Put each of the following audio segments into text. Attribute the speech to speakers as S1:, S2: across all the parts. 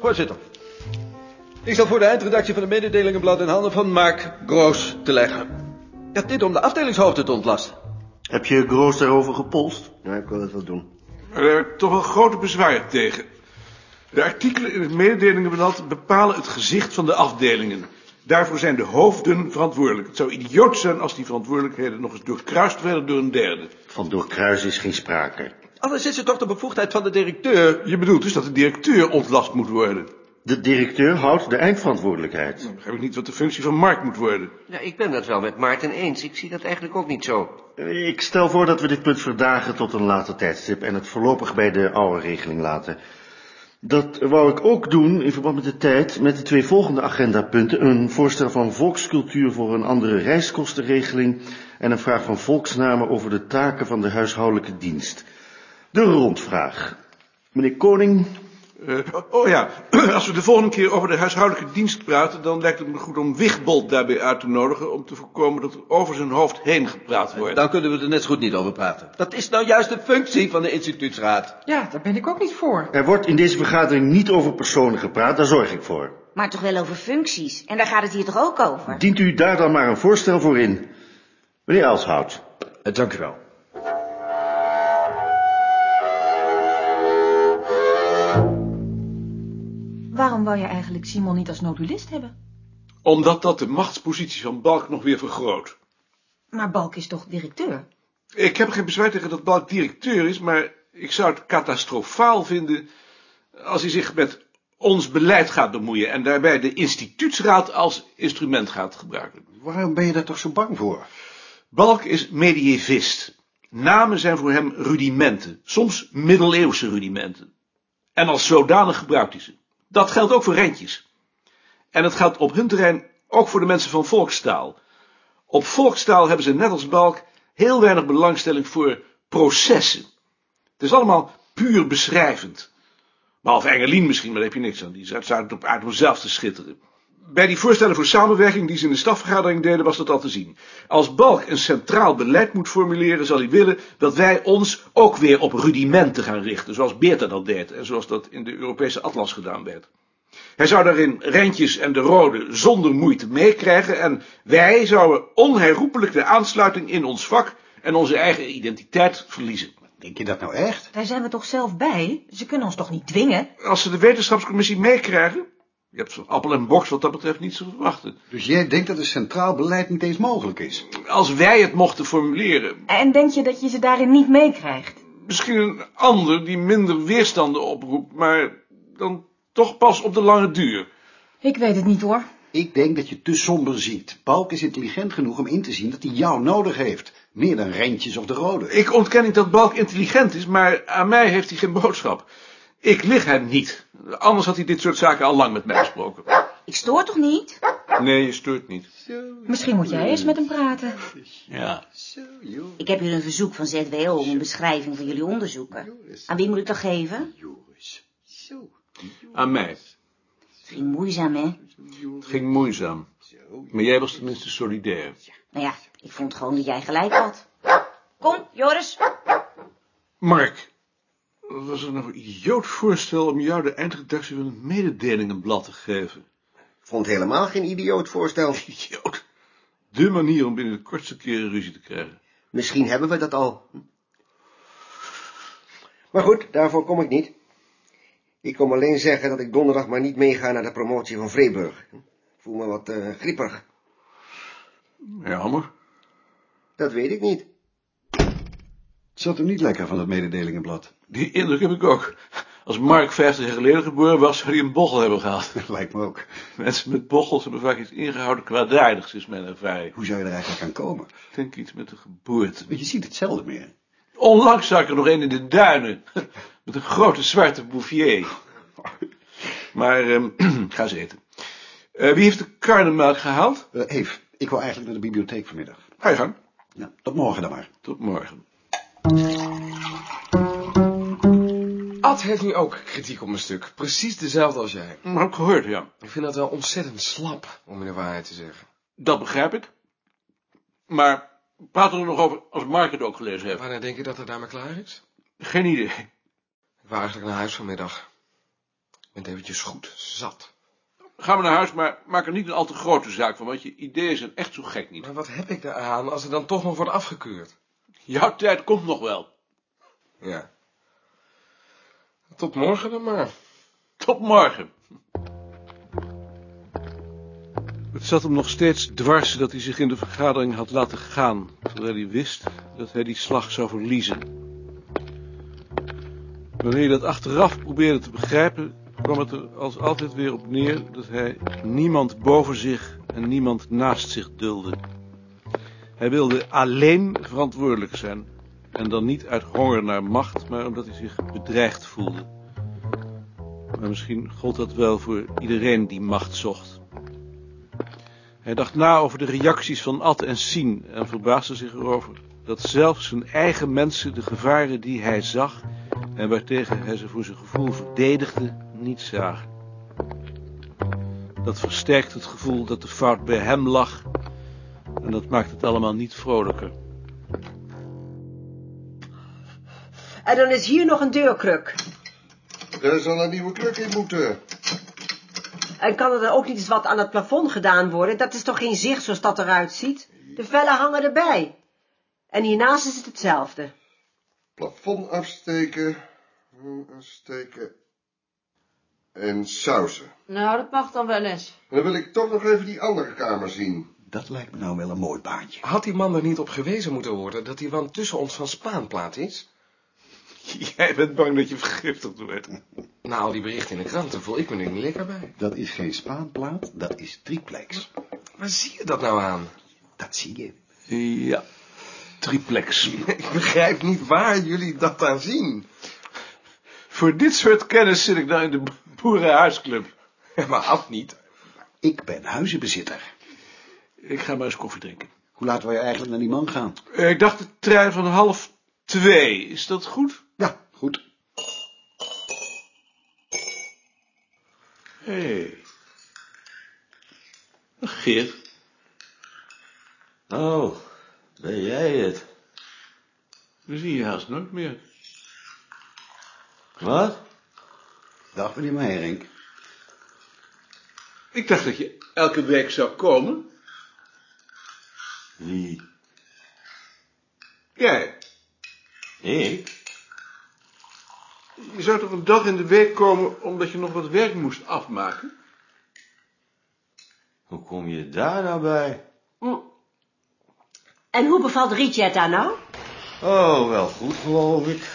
S1: voorzitter. Ik stel voor de eindredactie van de mededelingenblad in handen van Mark Groos te leggen. Ja, dit om de afdelingshoofden te ontlasten.
S2: Heb je Groos daarover gepolst? Ja, ik wil het wel doen.
S3: Maar daar heb ik toch wel grote bezwaar tegen. De artikelen in het mededelingenblad bepalen het gezicht van de afdelingen. Daarvoor zijn de hoofden verantwoordelijk. Het zou idioot zijn als die verantwoordelijkheden nog eens doorkruist werden door een derde.
S2: Van doorkruis is geen sprake.
S1: Anders is het toch de bevoegdheid van de directeur.
S3: Je bedoelt dus dat de directeur ontlast moet worden.
S2: De directeur houdt de eindverantwoordelijkheid.
S3: Dan begrijp ik niet wat de functie van Mark moet worden.
S4: Ja, ik ben dat wel met Maarten eens. Ik zie dat eigenlijk ook niet zo.
S2: Ik stel voor dat we dit punt verdagen tot een later tijdstip en het voorlopig bij de oude regeling laten. Dat wou ik ook doen in verband met de tijd met de twee volgende agendapunten. Een voorstel van volkscultuur voor een andere reiskostenregeling en een vraag van volksnamen over de taken van de huishoudelijke dienst. De rondvraag. Meneer Koning,
S3: Eh, oh ja, als we de volgende keer over de huishoudelijke dienst praten... dan lijkt het me goed om Wigbold daarbij uit te nodigen... om te voorkomen dat er over zijn hoofd heen gepraat wordt.
S1: Dan kunnen we er net zo goed niet over praten. Dat is nou juist de functie van de instituutsraad.
S5: Ja, daar ben ik ook niet voor.
S2: er wordt in deze vergadering niet over personen gepraat, daar zorg ik voor.
S6: Maar toch wel over functies. En daar gaat het hier toch ook over?
S2: Dient u daar dan maar een voorstel voor in? Meneer Elshout.
S7: Eh,
S1: dank u wel.
S5: Waarom wou je eigenlijk Simon niet als nodulist hebben?
S3: Omdat dat de machtspositie van Balk nog weer vergroot.
S5: Maar Balk is toch directeur?
S3: Ik heb geen bezwaar tegen dat Balk directeur is... maar ik zou het catastrofaal vinden... als hij zich met ons beleid gaat bemoeien... en daarbij de instituutsraad als instrument gaat gebruiken.
S8: Waarom ben je daar toch zo bang voor?
S3: Balk is medievist. Namen zijn voor hem rudimenten, soms middeleeuwse rudimenten. En als zodanig gebruikt hij ze. Dat geldt ook voor rentjes. En dat geldt op hun terrein ook voor de mensen van volkstaal. Op volkstaal hebben ze net als Balk heel weinig belangstelling voor processen. Het is allemaal puur beschrijvend. Behalve Engelien misschien, maar daar heb je niks aan. Die is uitzonderlijk op aard om zelf te schitteren. Bij die voorstellen voor samenwerking die ze in de stafvergadering deden, was dat al te zien. Als Balk een centraal beleid moet formuleren, zal hij willen dat wij ons ook weer op rudimenten gaan richten, zoals Beerta dat deed en zoals dat in de Europese atlas gedaan werd. Hij zou daarin Rentjes en de Rode zonder moeite meekrijgen en wij zouden onherroepelijk de aansluiting in ons vak en onze eigen identiteit verliezen.
S8: Denk je dat nou echt?
S5: Daar zijn we toch zelf bij? Ze kunnen ons toch niet dwingen?
S3: Als ze de wetenschapscommissie meekrijgen, je hebt van appel en box wat dat betreft niets te verwachten.
S8: Dus jij denkt dat een centraal beleid niet eens mogelijk is?
S3: Als wij het mochten formuleren,
S5: En denk je dat je ze daarin niet meekrijgt?
S3: misschien een ander die minder weerstanden oproept, maar dan toch pas op de lange duur.
S5: Ik weet het niet hoor.
S8: Ik denk dat je te somber ziet. Balk is intelligent genoeg om in te zien dat hij jou nodig heeft. Meer dan Rentjes of de Rode.
S3: Ik ontken niet dat Balk intelligent is, maar aan mij heeft hij geen boodschap. Ik lig hem niet. Anders had hij dit soort zaken al lang met mij gesproken.
S6: Ik stoor toch niet?
S3: Nee, je stuurt niet.
S5: Misschien moet jij eens met hem praten.
S3: Ja.
S6: Ik heb hier een verzoek van ZWO om een beschrijving van jullie onderzoeken. Aan wie moet ik dat geven?
S3: Aan mij.
S6: Het ging moeizaam, hè? Nou
S3: Het ging moeizaam. Maar jij was tenminste solidair.
S6: Nou ja, ik vond gewoon dat jij gelijk had. Kom, Joris.
S3: Mark, wat was er nou een idioot voorstel om jou de eindredactie van het mededelingenblad te geven?
S2: Vond helemaal geen idioot voorstel.
S3: Idioot. De manier om binnen de kortste keren ruzie te krijgen.
S2: Misschien hebben we dat al. Hm. Maar goed, daarvoor kom ik niet. Ik kom alleen zeggen dat ik donderdag maar niet meega naar de promotie van Vreeburg. Ik voel me wat eh grieperig.
S3: Jammer.
S2: Dat weet ik niet.
S8: Het zat hem niet lekker van dat mededelingenblad.
S3: Die indruk heb ik ook. Als Mark 50 jaar geleden geboren was, zou hij een bochel hebben gehad.
S8: Lijkt me ook.
S3: Mensen met bochels hebben vaak iets ingehouden kwaadaardigs, is mijn ervaring.
S8: Hoe zou je er eigenlijk aan komen?
S3: Ik denk iets met de geboorte.
S8: Want je ziet het zelden meer.
S3: Onlangs zag ik er nog een in de duinen. Met een grote zwarte bouffier. Maar, ehm, ga eens eten. Eh, wie heeft de karnemelk gehaald?
S8: Eh Eve, ik wil eigenlijk naar de bibliotheek vanmiddag.
S3: Ga je gang.
S8: Nou, tot morgen dan maar.
S3: Tot morgen.
S9: Ad heeft nu ook kritiek op mijn stuk. Precies dezelfde als jij.
S3: Maar heb ik gehoord, ja.
S9: Ik vind dat wel ontzettend slap, om je de waarheid te zeggen.
S3: Dat begrijp ik. Maar praten we er nog over als Mark het ook gelezen heeft?
S9: Wanneer denk je dat het daarmee klaar is?
S3: Geen idee.
S9: Ik wou eigenlijk naar huis vanmiddag. bent eventjes goed zat.
S3: Ga maar naar huis, maar maak er niet een al te grote zaak van, want je ideeën zijn echt zo gek niet.
S9: Maar wat heb ik daar aan als ze dan toch nog wordt afgekeurd?
S3: Jouw tijd komt nog wel.
S9: Ja. Tot morgen dan maar.
S3: Tot morgen. Het zat hem nog steeds dwars dat hij zich in de vergadering had laten gaan, terwijl hij wist dat hij die slag zou verliezen. Wanneer hij dat achteraf probeerde te begrijpen, kwam het er als altijd weer op neer dat hij niemand boven zich en niemand naast zich dulde. Hij wilde alleen verantwoordelijk zijn en dan niet uit honger naar macht, maar omdat hij zich bedreigd voelde. Maar misschien gold dat wel voor iedereen die macht zocht. Hij dacht na over de reacties van Ad en Sien en verbaasde zich erover dat zelfs zijn eigen mensen de gevaren die hij zag en waartegen hij ze voor zijn gevoel verdedigde, niet zagen. Dat versterkt het gevoel dat de fout bij hem lag en dat maakt het allemaal niet vrolijker.
S10: En dan is hier nog een deurkruk.
S11: Er zal een nieuwe kruk in moeten.
S10: En kan er dan ook niet eens wat aan het plafond gedaan worden? Dat is toch geen zicht zoals dat eruit ziet? De vellen hangen erbij. En hiernaast is het hetzelfde.
S11: Plafond afsteken. hmm, Afsteken. En sausen.
S12: Nou, dat mag dan wel eens.
S11: En dan wil ik toch nog even die andere kamer zien.
S8: Dat lijkt me nou wel een mooi baantje.
S9: Had die man er niet op gewezen moeten worden dat die wand tussen ons van Spaanplaat is?
S3: Jij bent bang dat je vergiftigd wordt.
S9: Na al die berichten in de kranten voel ik me er niet lekker bij.
S8: Dat is geen Spaanplaat, dat is triplex.
S9: Waar zie je dat nou aan?
S8: Dat zie je.
S3: Ja, triplex.
S9: Ik begrijp niet waar jullie dat aan zien.
S3: Voor dit soort kennis zit ik nou in de boerenhuisclub.
S9: Maar af niet.
S8: Ik ben huizenbezitter.
S3: Ik ga maar eens koffie drinken.
S8: Hoe laten wij eigenlijk naar die man gaan?
S3: Eh, Ik dacht de trein van half twee. Is dat goed?
S8: Ja, goed.
S3: Hé. Hey. Geert.
S7: Oh, ben jij het?
S3: We zien je haast nooit meer.
S7: Wat?
S8: Dag meneer Meijerink.
S3: Ik dacht dat je elke week zou komen.
S7: Wie?
S3: Jij.
S7: Ik?
S3: Je zou toch een dag in de week komen omdat je nog wat werk moest afmaken?
S7: Hoe kom je daar nou bij?
S10: Mm. En hoe bevalt Rietje daar nou?
S7: Oh, wel goed geloof ik.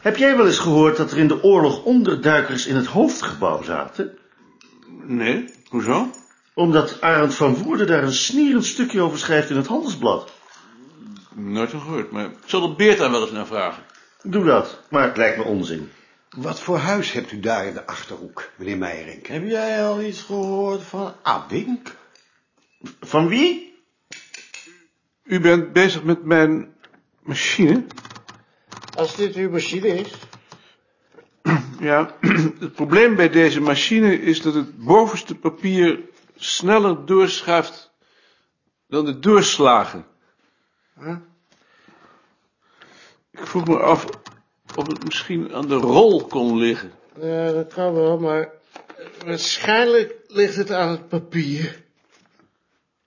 S2: Heb jij wel eens gehoord dat er in de oorlog onderduikers in het hoofdgebouw zaten?
S3: Nee, hoezo?
S2: Omdat Arend van Woerden daar een snierend stukje over schrijft in het Handelsblad.
S3: Nooit van gehoord, maar ik zal de Beert daar wel eens naar vragen.
S2: Doe dat, maar het lijkt me onzin.
S8: Wat voor huis hebt u daar in de Achterhoek, meneer Meijerink?
S7: Heb jij al iets gehoord van Abink?
S2: Van wie?
S3: U bent bezig met mijn machine?
S7: Als dit uw machine is.
S3: Ja, het probleem bij deze machine is dat het bovenste papier sneller doorschuift dan de doorslagen. Ik vroeg me af of het misschien aan de rol kon liggen.
S7: Ja, Eh, dat kan wel, maar waarschijnlijk ligt het aan het papier.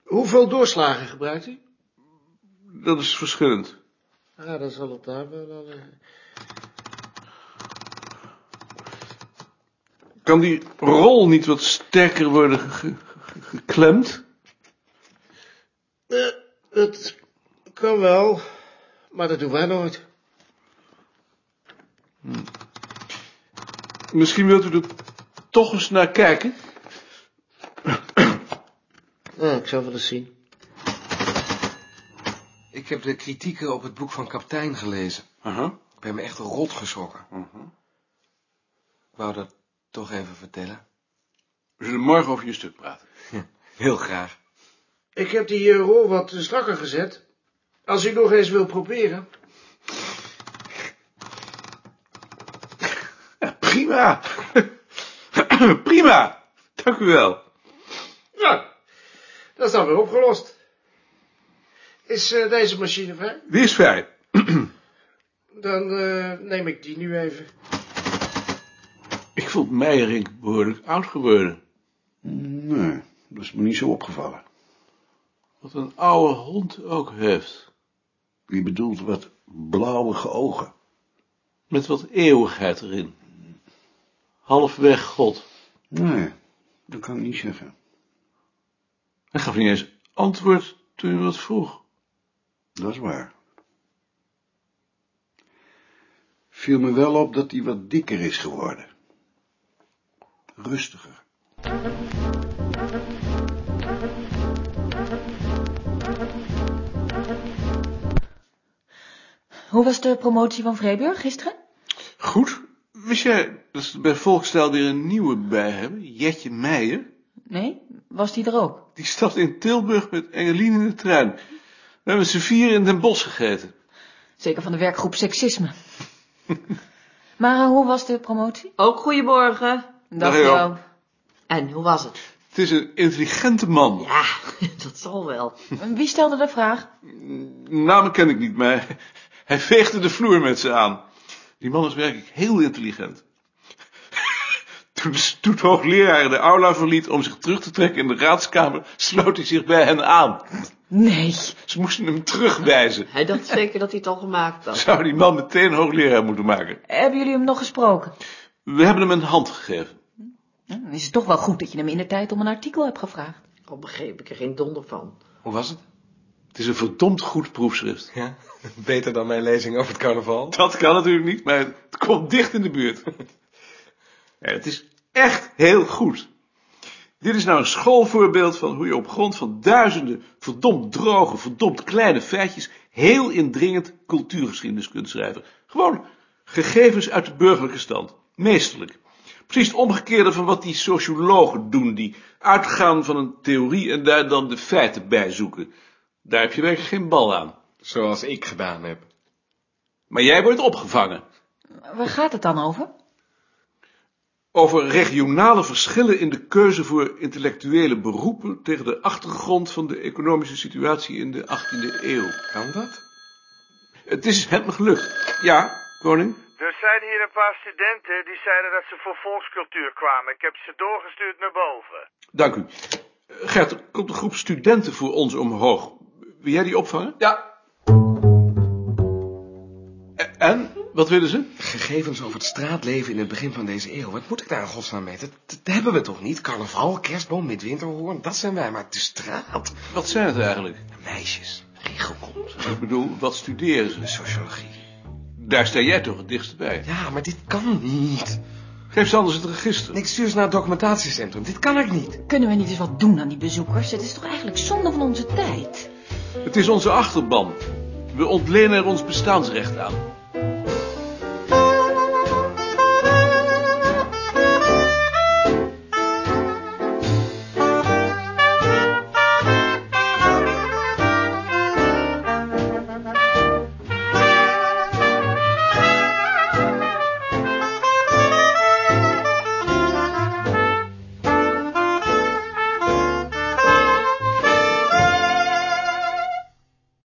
S7: Hoeveel doorslagen gebruikt u?
S3: Dat is verschillend.
S7: Ja, Ah, dat zal het daar wel aan liggen.
S3: Kan die rol niet wat sterker worden ge- ge- ge- geklemd?
S7: Eh, dat kan wel, maar dat doen wij nooit.
S3: Misschien wilt u er toch eens naar kijken?
S7: Nou, ik zal wel eens zien.
S9: Ik heb de kritieken op het boek van Kaptein gelezen.
S3: Aha.
S9: Ik ben me echt rot geschrokken. Ik wou dat toch even vertellen.
S3: We zullen morgen over je stuk praten.
S9: Heel graag.
S7: Ik heb die eh, rol wat eh, strakker gezet. Als u nog eens wil proberen.
S3: Prima. Prima. Dank u wel.
S7: Nou, dat is dan weer opgelost. Is eh, deze machine vrij?
S3: Die is vrij.
S7: Dan eh, neem ik die nu even.
S3: Ik vond Meijerink behoorlijk oud geworden.
S8: Nee, dat is me niet zo opgevallen.
S3: Wat een oude hond ook heeft.
S8: Je bedoelt wat blauwige ogen.
S3: Met wat eeuwigheid erin. Halfweg God.
S8: Nee, dat kan ik niet zeggen.
S3: Hij gaf niet eens antwoord toen je wat vroeg.
S8: Dat is waar. Viel me wel op dat hij wat dikker is geworden. Rustiger.
S5: Hoe was de promotie van Vreeburg gisteren?
S3: Goed. Wist jij dat ze bij Volkstel weer een nieuwe bij hebben? Jetje Meijer.
S5: Nee, was die er ook?
S3: Die stapt in Tilburg met Engeline in de trein. We hebben z'n vier in Den Bosch gegeten.
S5: Zeker van de werkgroep seksisme. maar eh, hoe was de promotie?
S12: Ook goedemorgen.
S3: Dag, Joop.
S12: Joop. En hoe was het?
S3: Nou Het is een intelligente man.
S12: Ja, dat zal wel.
S5: Wie stelde de vraag?
S3: Namen ken ik niet, maar hij veegde de vloer met ze aan. Die man is werkelijk heel intelligent. Toen de stoethoogleraar de aula verliet om zich terug te trekken in de raadskamer, sloot hij zich bij hen aan.
S5: Nee.
S3: Ze moesten hem terugwijzen.
S12: Hij dacht zeker dat hij het al gemaakt had.
S3: Zou die man meteen hoogleraar moeten maken?
S5: Hebben jullie hem nog gesproken?
S3: We hebben hem een hand gegeven.
S5: Hm, Dan is het toch wel goed dat je hem in de tijd om een artikel hebt gevraagd.
S12: Al begreep ik er geen donder van.
S9: Hoe was het?
S3: Het is een verdomd goed proefschrift.
S9: Ja, beter dan mijn lezing over het carnaval.
S3: Dat kan natuurlijk niet, maar het komt dicht in de buurt. Ja, het is echt heel goed. Dit is nou een schoolvoorbeeld van hoe je op grond van duizenden verdomd droge, verdomd kleine feitjes heel indringend cultuurgeschiedenis kunt schrijven. Gewoon gegevens uit de burgerlijke stand, meesterlijk. Precies het omgekeerde van wat die sociologen doen, die uitgaan van een theorie en daar dan de feiten bij zoeken. Daar heb je werkelijk geen bal aan.
S9: Zoals ik gedaan heb.
S3: Maar jij wordt opgevangen.
S5: Waar gaat het dan over?
S3: over regionale verschillen in de keuze voor intellectuele beroepen tegen de achtergrond van de economische situatie in de 18e eeuw.
S9: Kan dat?
S3: Het is hem gelukt. Ja, koning?
S13: Er zijn hier een paar studenten die zeiden dat ze voor volkscultuur kwamen. Ik heb ze doorgestuurd naar boven.
S3: Dank u. Gert, er komt een groep studenten voor ons omhoog. Wil jij die opvangen?
S9: Ja.
S3: E- En? Wat willen ze?
S9: Gegevens over het straatleven in het begin van deze eeuw. Wat moet ik daar in godsnaam mee? Dat, dat hebben we toch niet? Carnaval, kerstboom, midwinterhoorn, dat zijn wij. Maar de straat.
S3: Wat zijn het eigenlijk?
S9: Meisjes, regelkont,
S3: Ik bedoel, wat studeren ze?
S9: sociologie.
S3: Daar sta jij toch het dichtst bij.
S9: Ja, maar dit kan niet.
S3: Geef ze anders het register.
S9: Ik stuur ze naar het documentatiecentrum. Dit kan ik niet.
S5: Kunnen we niet eens wat doen aan die bezoekers? Het is toch eigenlijk zonde van onze tijd?
S3: Het is onze achterban. We ontlenen er ons bestaansrecht aan.